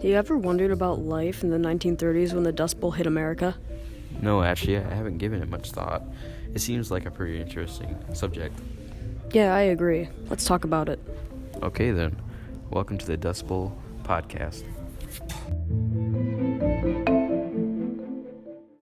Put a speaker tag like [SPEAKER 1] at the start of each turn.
[SPEAKER 1] Do you ever wondered about life in the 1930s when the Dust Bowl hit America?
[SPEAKER 2] No, actually, I haven't given it much thought. It seems like a pretty interesting subject.
[SPEAKER 1] Yeah, I agree. Let's talk about it.
[SPEAKER 2] Okay, then. Welcome to the Dust Bowl podcast.